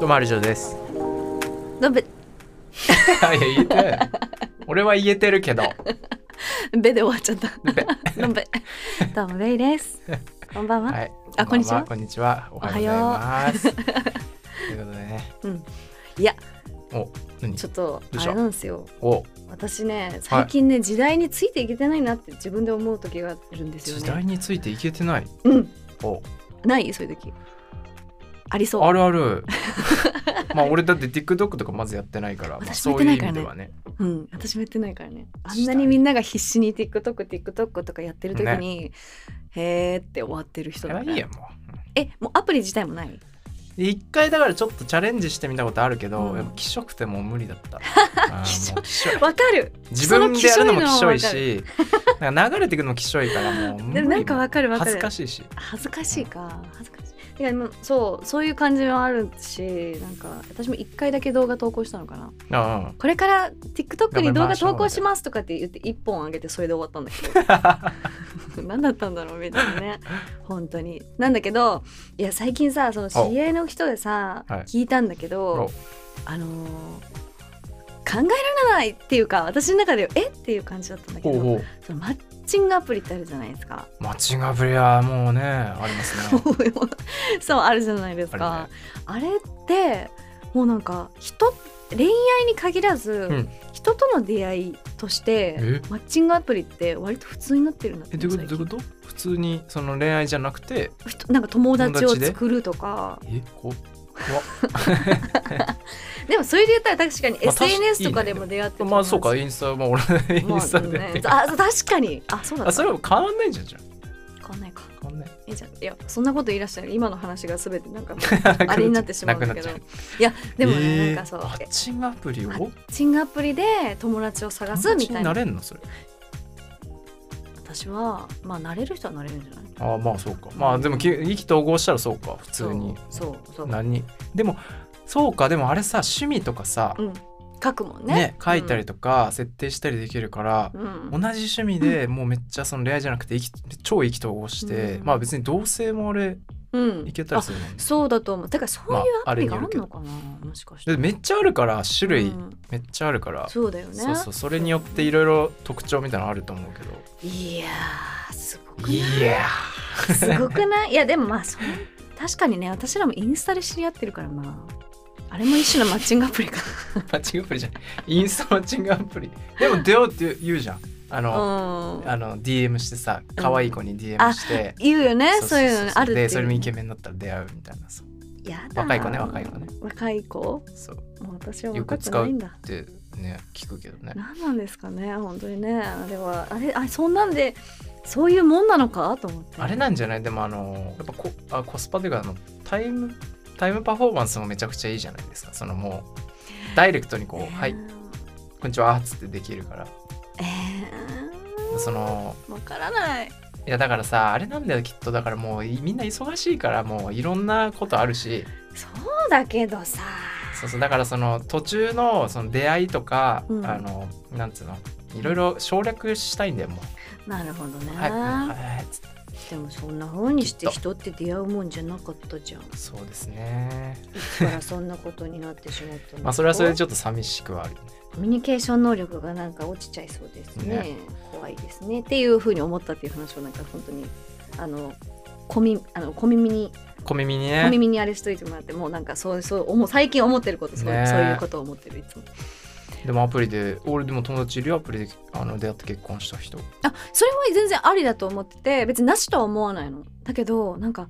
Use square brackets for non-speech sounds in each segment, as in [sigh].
どうもあるじょうです。のべいや言えてない。俺は言えてるけど。べで終わっちゃった [laughs] べ。のべどうもべいです。こんばんは。はい。あこんにちはこんにちは。おはようございます。ということでね。うん。いやお、何ちょっとどうしあたれなんですよ。お、私ね最近ね、時代についていけてないなって自分で思う時があるんですよ時ね。代についていけてない。うん。お、ないそういう時。ありそう。あるあ [laughs] る。まあ俺だって TikTok とかまずやってないから、まあ私そもういうや意ってな味でいかはね。うん。私もやってないからね。あん時な代にみんなが必死に TikTok、TikTok とかやってる時に、へーって終わってる人それだはかいら。いやもえもうアプリ自体もない。う。一回だからちょっとチャレンジしてみたことあるけど、うんやっぱきしょくてもう無理だ [laughs] った。あーもうきしょいわかる。自分でやるのもきしょいそのきし、なんか流れてくのもきしょいからもう無理。でもなんかわかるわかる恥ずかしいし。恥ずかしいか恥ずかしいいやでもそうそういう感じもあるしなんか私も一回だけ動画投稿したのかうなんうん。これから TikTok 頑張に動りま画しょう投稿しますとかって言って一本上げてそれで終わったんだけ [laughs] ど何だったんだろうみたいなね本当になんだけどいや最近さその知り合いの人でさはい聞いたんだけどおあのー考えられないっていうか私の中でえっていう感じだったんだけほうどほう。そのマッチングアプリってあるじゃないですかマッチングアプリはもうねありますね。 [laughs] そうあるじゃないですかあ,、れってもうなんか人恋愛に限らず、ん人との出会いとしてえマッチングアプリって割と普通になってるんだって [laughs] えどういうことどういうこと？普通にその恋愛じゃなくてひとなんか友達友を達で作るとかえこでもそれで言ったら確かにまあ確かに SNS とかでも出会ってう [laughs] るまあそうか友インスタまあ俺達インスタで、まあねあそう確かにあそうだったあそれは変わんないじゃんじゃん変わんないか変わ [laughs] んない。えじゃあいやそんなこと言いらっしゃる今の話が全てな [laughs] んかもうあれになってしまうんだけどなくなっちいやゃうでもね、えーなんかそうマッチングアプリをマッチングアプリで友達を探すみた友達いなになれんのそれ。私はまあ慣れる人は慣れるんじゃないああまあそうか。まあでもき意気投合したらそうか普通にそうそうそう何でもそうかでもあれさ趣味とかさうん書くもんねね書いたりとか設定したりできるから。うん、う同んじ趣味でもうめっちゃその恋愛じゃなくて意気超意気投合して、うんまあ別に同性もあれうんいけたりするもんねあそうだと思うだからそういうまあアプリがああれによるけるどのかな、もしかしでてめっちゃあるから種類うんめっちゃあるから、そうだよねそうそうそれによっていろいろ特徴みたいなのあると思うけど、いやーすごくいなやいすごくないいやでもまあそれ確かにね私らもインスタで知り合ってるからなあれも一種のマッチングアプリかーマッチングアプリじゃないインスタマッチングアプリでも出ようって言うじゃんあな、の、うんあの DM してさ可愛い子に DM あして、言うよねそういうのねあるっていでうそれもイケメンだったら出会うみたいなさやだ若い子ね若い子ね若い子もそうう私はよく若く使うないんだってね聞くけどね何なんですかね本当にねあれはあれあれそんなんでそういうもんなのかと思ってあれなんじゃないでもあのやっぱコあコスパというかあのタイムタイムパフォーマンスもめちゃくちゃいいじゃないですかそのもうダイレクトにこう「はいこんにちは」っつってできるからえそのー、わからないいやだからさあれなんだよきっとだからもういみんな忙しいからもういろんなことあるしそうだけどさそうそうだからその途中のその出会いとか、うんあのなんつうのいろいろ省略したいんだよもなるほどね、う「はいはいはい」つってでもそんな風にしてきっ人って出会うもんじゃなかった [laughs] じゃんいそうですねつからそんなことになってしまったのまあそれはそれでょちょっと寂しくはあるコミュニケーション能力がなんか落ちちゃいそうですねね怖いですねっていう風に思ったっていう話をなんか本当にあの小耳あの小耳に小耳に小ね耳にあれしといてもらってもうなんかそうそう思う最近思ってることそう,、ねえそういうことを思ってるいつもでもアプリで俺でも友達いるよアプリであの出会って結婚した人あそれは全然ありだと思ってて別になしとは思わないのだけどなんか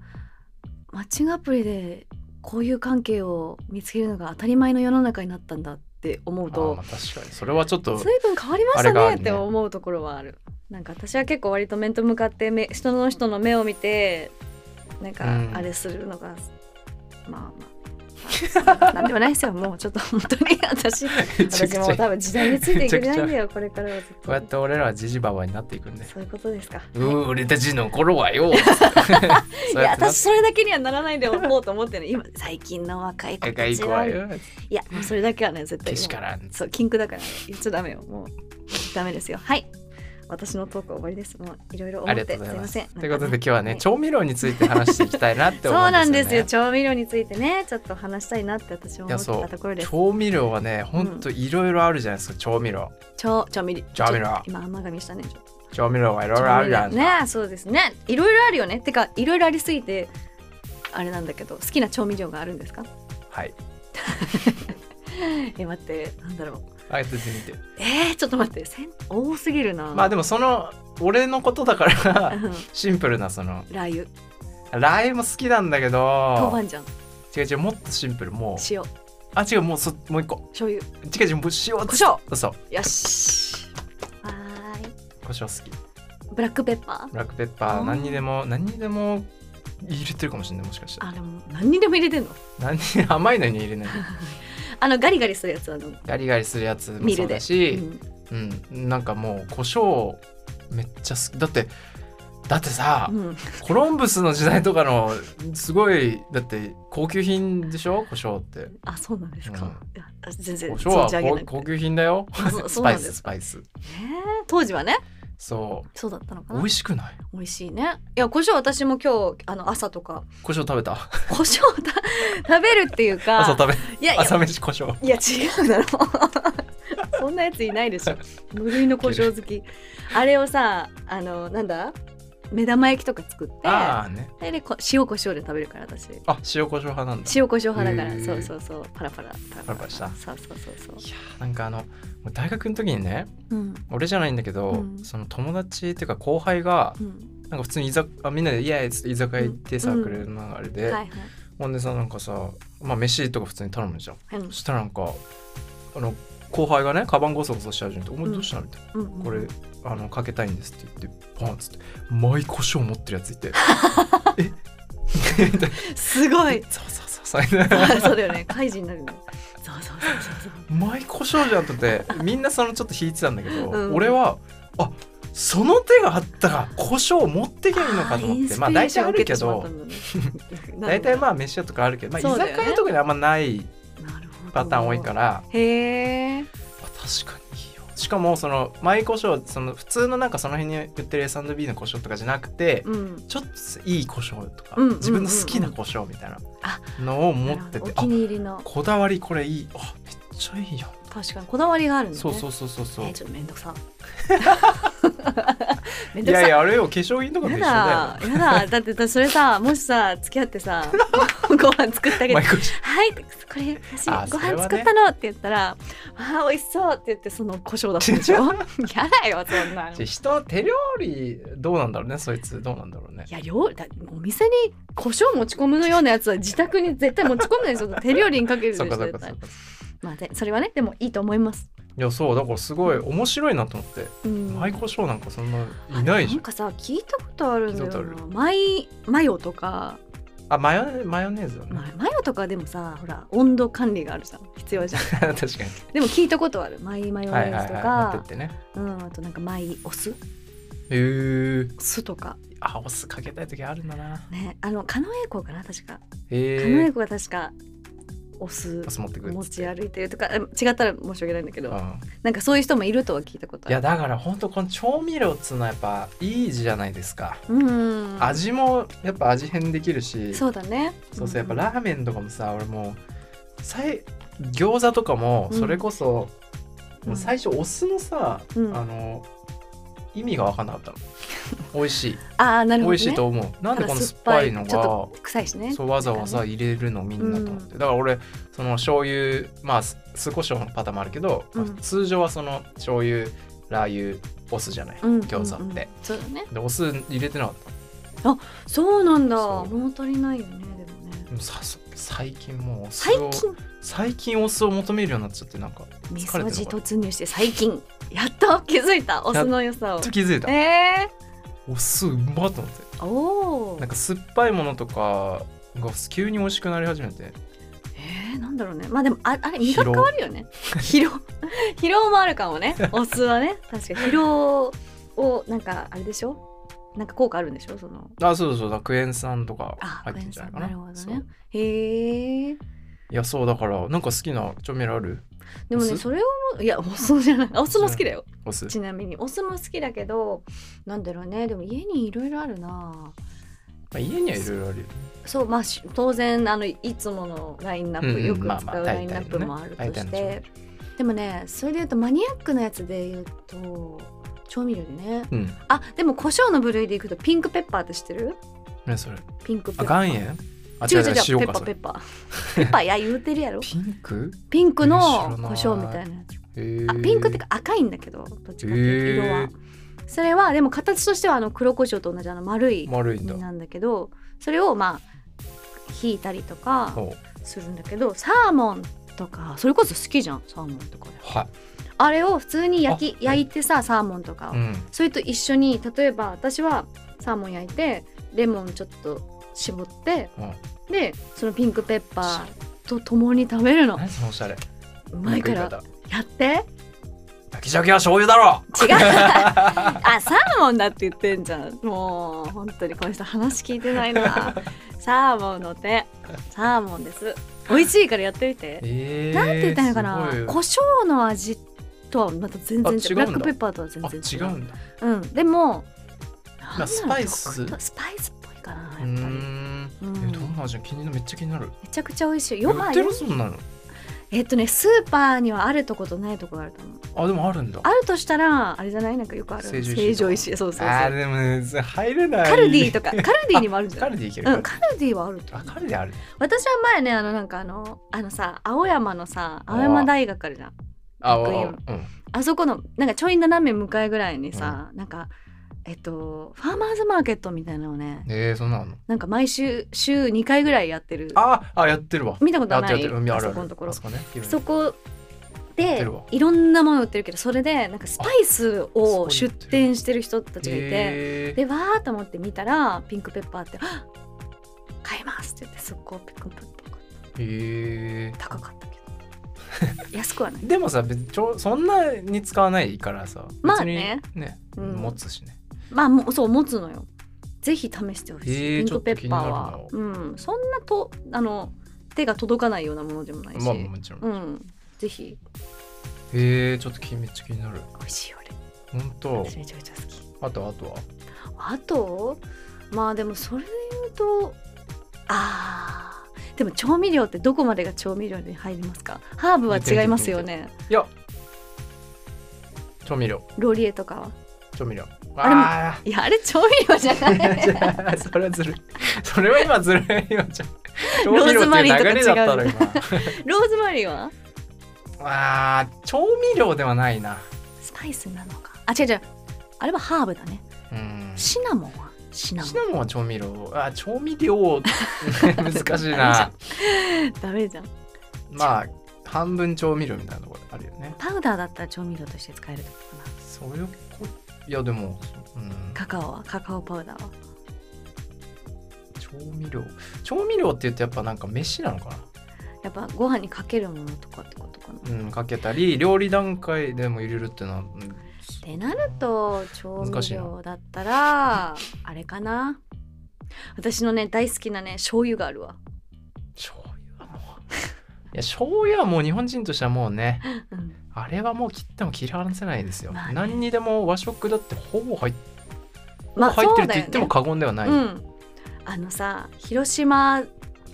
マッチングアプリでこういう関係を見つけるのが当たり前の世の中になったんだって思うあーとまあ確かにそれはちょっと随分変わりましあれたがあねるねって思うところはあるなんか私は結構割と面と向かって目人の人の目を見てなんかうんあれするのが、まあまあなんでもないですよもうちょっと本当に私めちゃく私ちゃも多分時代についていけないんだよこれからはずっこうやっとて俺らはジジババになっていくんでそういうことですかうー俺たちの頃は [laughs] よいそうややってなっ私それだけにはならないでおこうと思ってね今最近の若い子若たいち子ははよいやもうそれだけはね絶対けもうしからんそう禁句だから言っちゃダメよもうダメですよはい私のトークは終わりですもういろいろあ思りがとってうございすいまますせんということで今日はね、はい調味料について話していきたいなってそう思うんですよねなんですよ調味料についてねちょっと話したいなって私も思っいやそてうたところです調味料はねほんといろいろあるじゃないですか調味料調調味料調味料ちょっと今甘噛みしたねちょっと調味料はいろいろあるじゃない調です味か、料ねそうですねいろいろあるよねてかいろいろありすぎてあれなんだけど好きな調味料があるんですかはいえ待ってなんだろうあえてみてえー、ちょっと待ってせん多すぎるなまあでもその俺のことだかう [laughs] らんシンプルなそのラー油ラー油も好きなんだけ豆ど板醤違う違うもっとシンプルもう塩あ違うもうそもう一個醤油違う違うもう塩胡椒そうよしはーい胡椒好きブラックペッパーブラックペッパあーー何にでも何にでも入れてるかもしれないもしかしてあでも何にでも入れてんの何に [laughs] 甘いのに入れないあのガリガリするやつはどうガリガリするやつもミそルうだでし、うんうん、なんかもう胡椒めっちゃ好きだってだってさ、うんコロンブスの時代とかのすごいだって高級品でしょ胡椒ってあそうなんですか、うんいやあ全胡然椒は存じ上げな高くて高級品だよあそうスそうパなイんでススすパイスえー当時はねそそうだったのかうな美味しくない美味しいねいや胡椒私も今日あの朝とか [laughs] 胡椒食べた胡椒をた [laughs] 食べるっていうか朝食べいやいや朝飯胡椒いや違うだろ [laughs] そんなやついないでしょ無類の胡椒好きあれをさあのなんだ目玉焼きとか作ってああねそれでこ塩コショウで食べるから私あ塩胡椒派なんだ塩コショウ派だかへらーそうそうそうパラパラパラパラパラしたそうそうそうそういやなんかあの大学の時にねうん俺じゃないんだけど、うんその友達っていうか後輩がうんなんか普通に居酒あみんなで「イエーイ!」っつって居酒屋行ってさ、うんくれるのがあれで、はいはいほんでさなんかさまあ飯とか普通に頼むじゃんうんそしたらなんかあの後輩がねカバンゴソゴソし始めて「お前うんどうしたの?」みたいなうん「これあのかけたいんです」って言ってポンっつって「マイコショウ持ってるやつい [laughs] て」えみたいなすごい [laughs] そうそうそうそうあそうだよね怪人になるねそうそうそうそうマイコショウじゃんとってみんなそのちょっと引いてたんだけど、うん俺はあその手があったら胡椒持ってきゃいいのかと思ってまあ大体あるけど [laughs] 大体まああ飯屋とかあるけど、まあ、そう居だよね酒屋とかにあんまないインスピレーションを受けてしまったんだねなるほどパターン多いから、へえまあ確かにいいよしかもそのマイコショウその普通のなんかその辺に売ってる S&B の胡椒とかじゃなくて、うんちょっといい胡椒とか、うんうんうんうん自分の好きな胡椒みたいなのを持ってておあ気に入りのこだわりこれいいあめっちゃいいよ、確かにこだわりがあるんだねそうそうそうそうそうえーちょっとめんど [laughs] くさめんいどくやさいやあれよ化粧品とかとや一緒だだやだだってだそれさもしさ付き合っ [laughs] てさご飯作ってよあげマイてコショはいこれ私あごそれはね飯作ったの、って言ったらあー美味しそうって言ってその胡椒だった [laughs] でしょやだよそんなのウ人の手料理どうなんだろうねそいつどうなんだろうねいや料理だお店に胡椒持ち込むのようなやつは自宅に絶対持ち込むないです [laughs] よ手料理にかけるでしそょっかそっか絶そ対っかまあでそれはねでもいいと思います、いやそうだからすごい面白いなと思って、うん、マイコショウなんかそんないないじゃなんんかさ聞いたことあるんだ聞いたよこなとマイマヨとか、あマヨネマヨネーズだね、まあマヨとかでもさほら温度管理があるじゃん必要じゃん [laughs] 確かにでも聞いたことあるマイマヨネはいはいーズとはい持ってっかてねうんあとなんかマイお酢へー酢とかあお酢かけたい時あるんだなねあの狩野英孝かな確かへ狩野英え孝が確かお酢お酢持ってくるっ持つってち歩いてるとかえ違ったら申し訳ないんだけうど、んなんかそういう人もいるとは聞いたこといあやるだからほんとこの調味料っつうのはやっぱいいじゃないですかうん味もやっぱ味変できるしそうだねそうそうやっぱラーメンとかもさ俺もうさい餃子とかもうんそれこそ、うんもう最初お酢のさ、うんあの意味が分かんなかったの美味しい、ああ [laughs] な美るほど、ね、味しいと思うなんでこの酸っぱいのちょっがと臭いしねそうわざわざなんかね入れるのみんなと思って、だから俺その醤油まあす酢胡椒のパターンもあるけど、まあうん通常はその醤油ラー油お酢じゃない、うん餃子うんっうんて、そうだねでお酢入れてなかったそうなんだそう物足りないよねでもねでもさそ最近もうお酢最を近最近お酢を求めるようになっちゃってなんか味疲れ噌てる汁のかな突入して最近やっと気づいたお酢の良さちょをっと気づいたえお酢うまっと思ってー、おおなんか酸っぱいものとかが急に美味しくなり始めてえー、なんだろうねまあでもああれ味が変わるよね疲労 [laughs] 疲労もある [laughs] かもねお酢はね確かに疲労をなんかあれでしょなんか効果あるんでしょそのあそうそうだクエン酸とかあ入ってんじゃないかなクエン酸なるほどねそうへえいやそうだからなんか好きな調味料あるでもおね酢それをいやお酢じゃないあお酢も好きだよ [laughs] お酢ちなみにお酢も好きだけどなんだろうねでも家にいろいろあるなまあ、家にはいろいろあるよそうまあし当然あのいつものラインナップ、うんうんよくまあまあ使う大ライ体のねンナップもあると大して、体の調味料でもねそれで言うとマニアックなやつで言うと調味料でねうんあでも胡椒の部類でいくとピンクペッパーって知ってる何それピンクペあッパー岩塩あ違う違う違う塩ペかッパーそペれッパーペッパーいや言うて [laughs] るやろピンクピンクのえー胡知ら椒ないみたいなやへつーあピンクってか赤いんだけどどっちかっていうと色は、へーそれはでも形としてはあの黒胡椒と同じあの丸い丸いんだなんだけどそれをまあ引いたりとかおするんだけどサーモンとかそれこそ好きじゃんサーモンとかはあれを普通にあ焼きはい焼いてさサーモンとかを、いうんそれと一緒に例えば私はサーモン焼いてレモンちょっと絞ってうんでそのピンクペッパーと共に食べるの何そのおしゃれうまいから食い方やって焼き鮭は醤油だろ違 [laughs] うあサーモンだって言ってんじゃんもう本当にこの人話聞いてな [laughs] いなサーモンの手サーモンです美味しいからやってみてえー、なんて言ったらいいのかなすごい胡椒の味とはまた全然違うあ違うんだブラックペッパーとは全然違うあ違うんだうん、でもあスパイスなんだろうスパイスっぽいかなやっうぱり、ーんうんえどんな味気になるめっちゃ気になるめちゃくちゃ美味しいよ売まっあてるそんなのえっとねスーパーにはあるとことないとこがあると思うあでもあるんだあるとしたらあれじゃないなんかよくある成城石井とか成城石井そうそうそうあーでもね入れないカルディとかカルディにもあるんじゃなカいルディいけるうん、カルディはあるとあ思うカルディある私は前ねあのなんかあのあのさ青山のさ青山大学あるじゃんあ学園あうんあそこのなんかちょい斜め向かいぐらいにさ、なんかえっとファーマーズマーケットみたいなのをねえー、そんなのあんのなんか毎週週2回ぐらいやってるああやってるわ見たことやっなてるやっいてる海ああるあそるこのところあそこねそこやってでるわいろんなもの売ってるけどそれでなんかスパイスをあそこに売出ってる店してる人たちがいてえーでわーっと思って見たらピンクペッパーってあ「買います」って言ってそこピンクペッパー買っえた高かったけ [laughs] ど安くはないー、でもさ別にちょそんなに使わないからさまあね別にね、うん持つしねまあもうそう持つのよぜひ試してほしい、えーピンクペッパーちはょっと、気うん、そんなとあの手が届かないようなものでもないし、まあもちろん、うんぜひえー、ちょっと気めっちゃ気になる美味しいよねほんと私めちゃめちゃ好きあとあとはあとまあでもそれで言うとあーでも調味料ってどこまでが調味料に入りますかハーブは違いますよねいや調味料ローリエとかは調味料れもあいやあれ調味料じゃな [laughs] あ [laughs] いそれはずるいそれは今ずるいよじゃん調ロ味ー料ズっマてリーいとうか流れだったの違う今ローズマリーは [laughs] あー調味料ではないなスパイスなのかあ違う違うあれはハーブだねうんシナモンはシナモンシナモンは調味料あ調味料 [laughs] 難しいあなダメじゃんまあ半分調味料みたいなところあるよねパウダーだったら調味料として使えるってことかなそういうこいやでも、うん、カカオはカカオパウダーは調味料調味料って言うとやっぱなんか飯なのかやっぱご飯にかけるものとかってことかなな、うん、かけたり料理段階でも入れるっていうのは、うんってなると調難味しい料なだったらあれかな私のね大好きなね醤油があるわ、醤油はもういや醤油はもう日本人としてはもうねうんあれはもう切っても切り離せないですよ、まあね何にでも和食だってほぼ入っまあ入ってるって言っそうてだよもね過言ではない、うんあのさ広島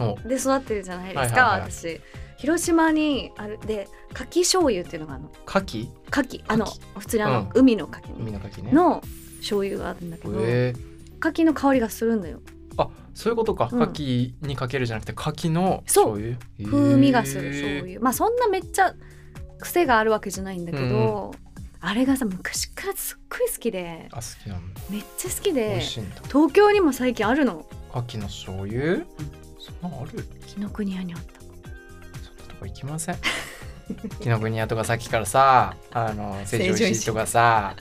おで育ってるじゃないですか、はいはいはい私広島にあるで牡蠣醤油っていうのがあるの牡蠣牡蠣あの牡普通にあの、うん海の牡蠣海ねの牡蠣ねの醤油があるんだけど、え牡蠣の香りがするんだよーあそういうことか、うん牡蠣にかけるじゃなくて牡蠣のそ醤油風味がする醤えー油まあそんなめっちゃ癖があるわけじゃないんだけど、あれがさ昔からすっごい好きであ好きなんだめっちゃ好き美で味しいんだ東京にも最近あるの牡蠣の醤油、そんなのある紀ノ国屋にあったそんなとこ行きませ [laughs] ん紀ノ国屋とかさっきからさあの成城石井とかさ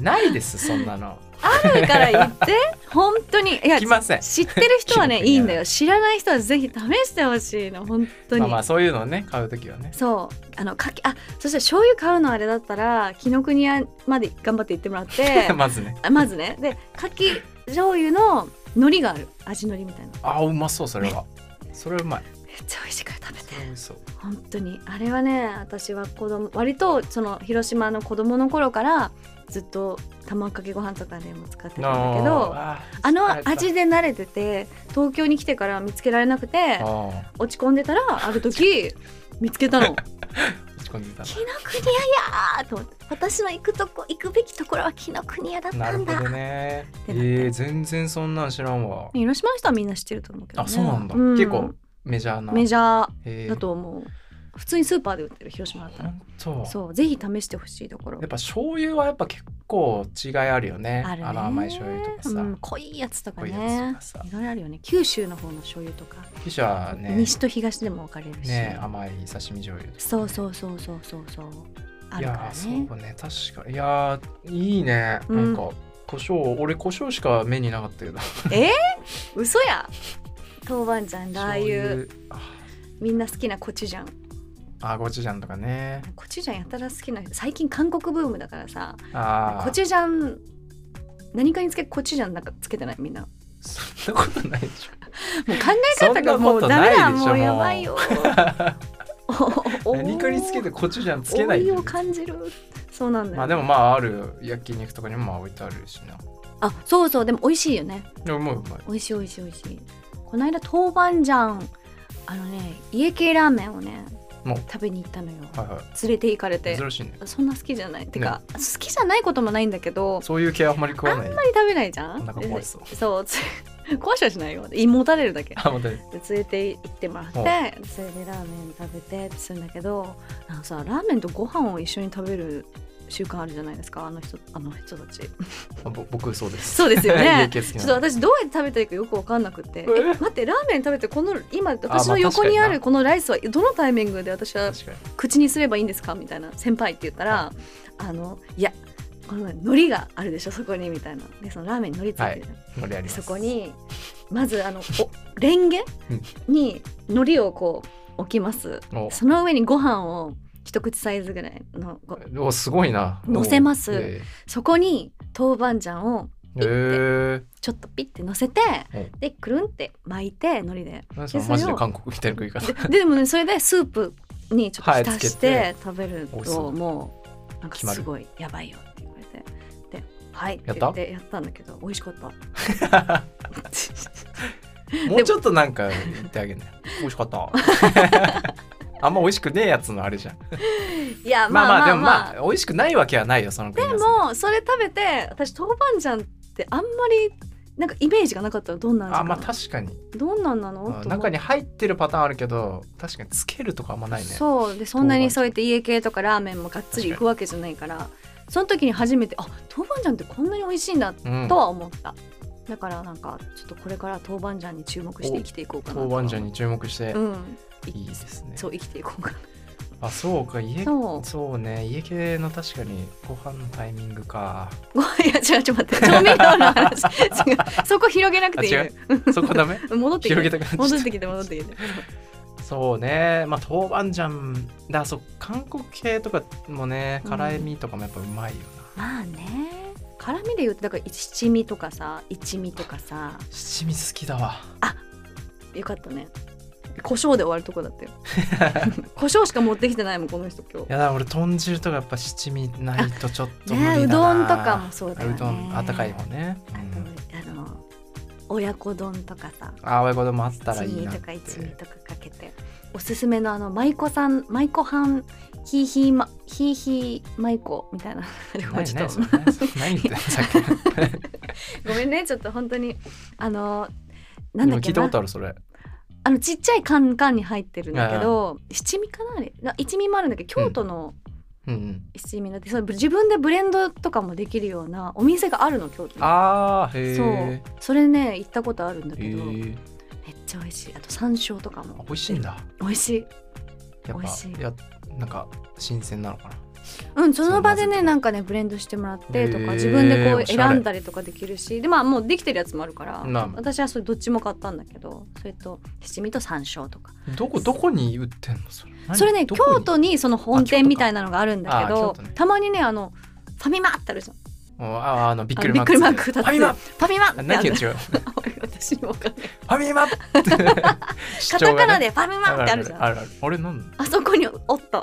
ないですそんなのあるから言って [laughs] 本当にいや行きません知ってる人は紀ねノ国屋いいんだよ知らない人はぜひ試してほしいの本当に、まあまあそういうのをね買うときはねそうあのかきあそしたら醤油買うのあれだったら紀ノ国屋まで頑張って行ってもらってまずねあまずねでかき醤油の海苔がある味のりみたいなあうまそうそれはそれはうまいめっちゃ美味しいから食べてれ美味しそう。本当にあれはね私は子供割とその広島の子供の頃からずっと卵かけご飯とかでも使ってたんだけどああーの味で慣れてて東京に来てから見つけられなくてあー落ち込んでたらある時見つけ [laughs] たの落ち込んでた紀ノ国屋やーと思って私の行くとこ行くべきところは紀ノ国屋だっな。なたるんほだどね。てえなってー、全然そんなん知らんわ。広島の人はみんな知ってると思うけど、ね、あそうなんだ結構メジャーな。メジャえーーだと思う普通にスーパーで売ってる広島だったら本当。そうぜひ試してほしいところやっぱ醤油はやっぱ結構違いあるよね。あるねの甘い醤油とかさ。うん、濃いやつとか濃いやつねとかさいろいろあるよね九州の方の醤油とか、記者はね。西と東でも分かれるし、ね甘い刺身醤油とか。そうそうそうそうそうそうあいるかやらーそうねね確かにいやーいいね、うんなんか胡椒俺胡椒しか目になかったけど嘘や豆板醤 [laughs] ラー醤油油みんな好きなコチュジャンああゴチジャンとかねコチュジャンやたら好きな人最近韓国ブームだからさああコチュジャン何かにつけコチュジャンなんかつけてないみんなもそんなことないでしう考え方がもうそんダなメことなだいでしょもうやばい [laughs] よょ何かにつけてコチュジャンつけない老よいねを感じるそうなんだよ、まあでもまあある焼肉とかにもまあ置いてあるしなあそうそうでも美味しいよねでももううまい美味しい美味しい美味しいこの間豆板醤あのね家系ラーメンをねもう食べに行ったのよはいは連れて行かれいて珍しいねそんな好きじゃないてか、好きじゃないこともないんだけどそういう系はあんまり食わないあんまり食べないじゃんお腹壊しそうでそう [laughs] つ壊しはしないよ胃もたれるだけあまたねで連れて行ってもらってほそうれでラーメン食べてってするんだけどあのさラーメンとご飯を一緒に食べる習慣あるじゃないですかあの人あの人たちあぼ僕そうですそうですよ [laughs] 家ね系好きちょなっんとで私どうやって食べたらいいかよく分かんなくて、ええ待ってラーメン食べてこのま今あ私の横にあ確かにるなこのライスはどのタイミングで私は確かに口にすればいいんですかみたいな先輩って言ったら「あのいやこの海苔があるでしょそこに」みたいなでそのラーメンに海苔ついてる、これありでますそこにまずあのおレンゲに海苔をこう置きますおその上にご飯を一口サイズぐらいのごおすごいな乗せますおえそこに豆板醤をええちょっとピッて乗せてうんでくるんって巻いて海苔でえなんそのでマジそでれを韓国みたいな食い方ででもねそれでスープにちょっとはい浸しつて食べる美味しそとうもうなんか決まするごいやばいよって言われてで「はい」ってやっ言たってやったんだけど美味しかったもうちょっとなんか言ってあげるね。美味しか [laughs] った。あんま美味しくねえやつのあれじゃん。いやままあまああまであもままああ美味しくないわけはないよその組み合でわせもそれ食べて私豆板醤ってあんまりなんかイメージがなかったのどんな味あかまなあ確かに、どんなんなのと思うっん、て中に入ってるパターンあるけど確かにつけるとかあんまないねそうでそんなにそうやって家系とかラーメンもがっつり行くわけじゃないからその時に初めてあ豆板醤ってこんなに美味しいんだう、ん、と豆は思った、だからなんかちょっとこれから豆板醤に注目して生きていこうかな板醤に注目して、うんいいですねそう生きていこうかなあそうか家そうそうね家系の確かにご飯のタイミング [laughs] かごめんいや違うちょっと [laughs] 待って調味料の話違うそこ広げなくていいあ違のようそこダメうん戻ってき広げてたくなっちゃった戻ってきて戻って [laughs] きてそうねまあ豆板醤だそう韓国系とかもねうん辛みとかもやっぱうまいよな、まあね辛味で言うとだから七味とかさ一味とかさ七味好きだわよかったね胡椒で終わるとこだったよ胡椒しか持ってきてないもんこの人今いやだから俺豚汁とかやっぱ七味ないとちょっと無日理だな、ねうどんとかもそうだよねうどんあったかい方ね、うあんとあの親子丼とかさああいうこともあったら一いい味なっとかて一味とかかけておすすめのあの舞妓さん舞妓はんひいひいまひいひい舞妓みたいなないちょないっそれとないそれ何言っ [laughs] てんのさっきのごめんねちょっと本当にあのでなんもだ聞っけいたこなとあるそれあのちっちゃいカンカンに入ってるんだけど七味かなあれな一味もあるんだけど京都のうんうん七味の、それ自分でブレンドとかもできるようなお店があるの京都にあーへそうえそれね行ったことあるんだけへど、ーめっちゃ美味しいあと山椒とかあも美味しいんだ美味しいやっ美ぱ味しいやなんか新鮮なのかなうん、その場でそう混ぜてねなんかねブレンドしてもらってとへーか自分でこうおしゃれ選んだりとかできるしでまあもうできてるやつもあるからまあまあ私はそれどっちも買ったんだけどそれと七味と山椒とかどこどこに売ってんのそれ何それねどこに京都にそのあ本京都店かみたいなのがあるんだけあ京ど都ねたまにねあのファミマってあるじゃうんんああのびっくりあのびっくりマークファミマファミマって何あが違るうごめんなさい [laughs] 私にもわかんないファミマって [laughs] カカタカナでファミマってあるじゃんああるあるあれなんそこにおった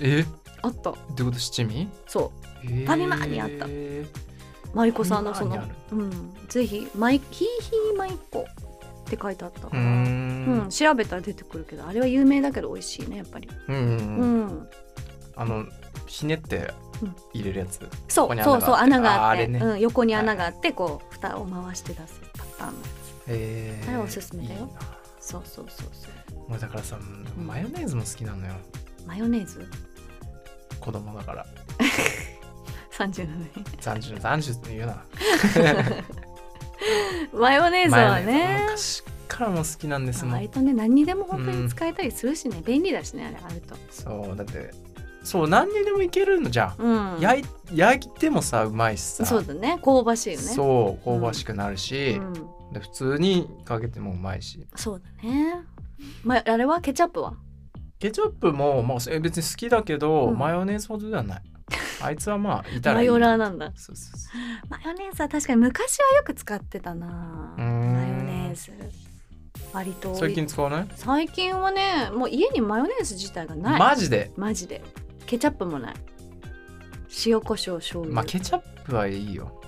えあったってこと七味そファァミマにあったえうマリコさんのそのファミマにうんぜひマイヒーヒーマイコって書いてあったーうかーらうんん、調べたら出てくるけどあれは有名だけど美味しいねやっぱり、うんううんんあのひねってうん入れるやつそここうにそうそう穴がああってあれねうん、横に穴があってこう蓋を回して出すパターンのやえーあれおすすめだよいいなつそうそうそうそうもうだからさマヨネーズも好きなのよマヨネーズ子供だから37 [laughs] 残十残十って言うな年マヨネーズはマヨネーズね昔からも好きなんですまあもん割とね何にでも本当に使えたりするしね、便利だしねあれあるとそうだってそう何にでもいけるのじゃんうん焼い焼いてもさうまいしさそうだね香ばしいよねそう香ばしくなるし、ん、で普通にかけてもうまいしそうだねまあれはケチャップはケチャップも、まあ、え別に好きだけど、うんマヨネーズほどではないあいつはまあいたらマいいヨラーなんだそうそうそうマヨネーズは確かに昔はよく使ってたなうーマヨんネーズ割と多い最近使わない最近はねもう家にマヨネーズ自体がない、マジでマジでケチャップもない塩コショウ醤油、まあケチャップはいいよ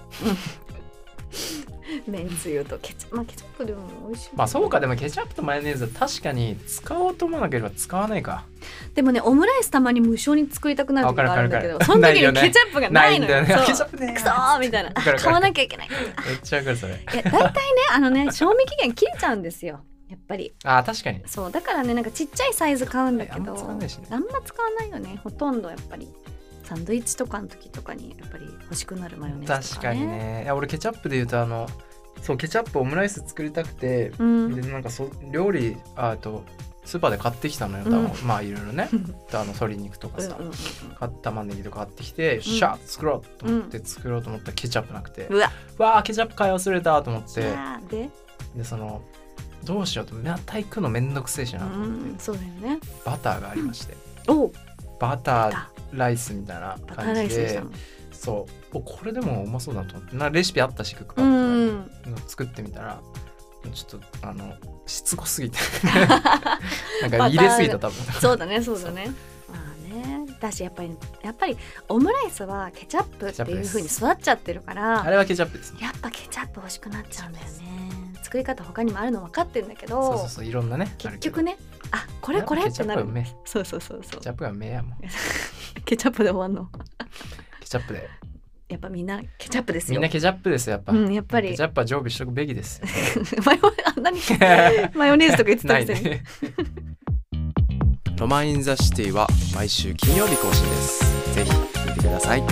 めんつゆとケチャ,、まあ、ケチャップでも美味しいまあそうかでもケチャップとマヨネーズは確かに使おうと思わなければ使わないかでもねオムライスたまに無償に作りたくなる時があるんだけわどかそるのわかる時にケチャップがな [laughs] ないいんのだよよねそうケチャップねくそーみたいなわかるわかる買わなきゃいけないあめっちゃわかるそれいや大体ねあのね賞味期限切れちゃうんですよやっぱりあー確かにそうだからねなんかちっちゃいサイズ買うんだけどあんま使わないしねあんま使わないよねほとんどやっぱりサンドイッチとかの時とかにやっぱり欲しくなるマヨネーズと確か、ね、かにねいや俺ケチャップで言うとあのそうケチャップオムライス作りたくて、うんでなんかそ料理ああとスーパーで買ってきたのよ、うんまあいろいろ [laughs] ねあの鶏肉とかさ、うんうんうん買った玉ねぎとか買ってきて、よっしゃ作ろうと思って作ろうと思ったらケチャップなくて、うんうわわあケチャップ買い忘れたと思ってあーで、でそのどうしようとまた行くのめんどくせえしうなと思って、ん、そうだよねバターがありまして、おうバターバライスみたいなターラ感イじスにしたでのそうおこれでもうまそうだなと思ってなレシピあったしクックパうッドとかにん作ってみたらちょっとあのしつこす [laughs] ぎてなんか入れすぎた多分そうだねそうだねまあねだしやっぱりやっぱりオムライスはケチャップっていう風に育っちゃってるかあられはケチャップですやっぱケチャップ欲しくなっちゃうんだよね作り方他にもあるの分かってるんだけどそうそうそういろんなね結局ねねあこれこれってケチャッなるプはうめえそうそうそうそケうチャップがうめえや [laughs] もんケチャップで終わんのケチャップでやっぱみんなケチャップですみよんなケチャップですよやっぱ、うんやっぱりケ [laughs] チャップは常備しとくべきですよマヨあんなに [laughs] マヨネーズとか言ってたなくいせに [laughs] ねロマン・イン・ザ・シティは毎週金曜日更新ですぜひ見てください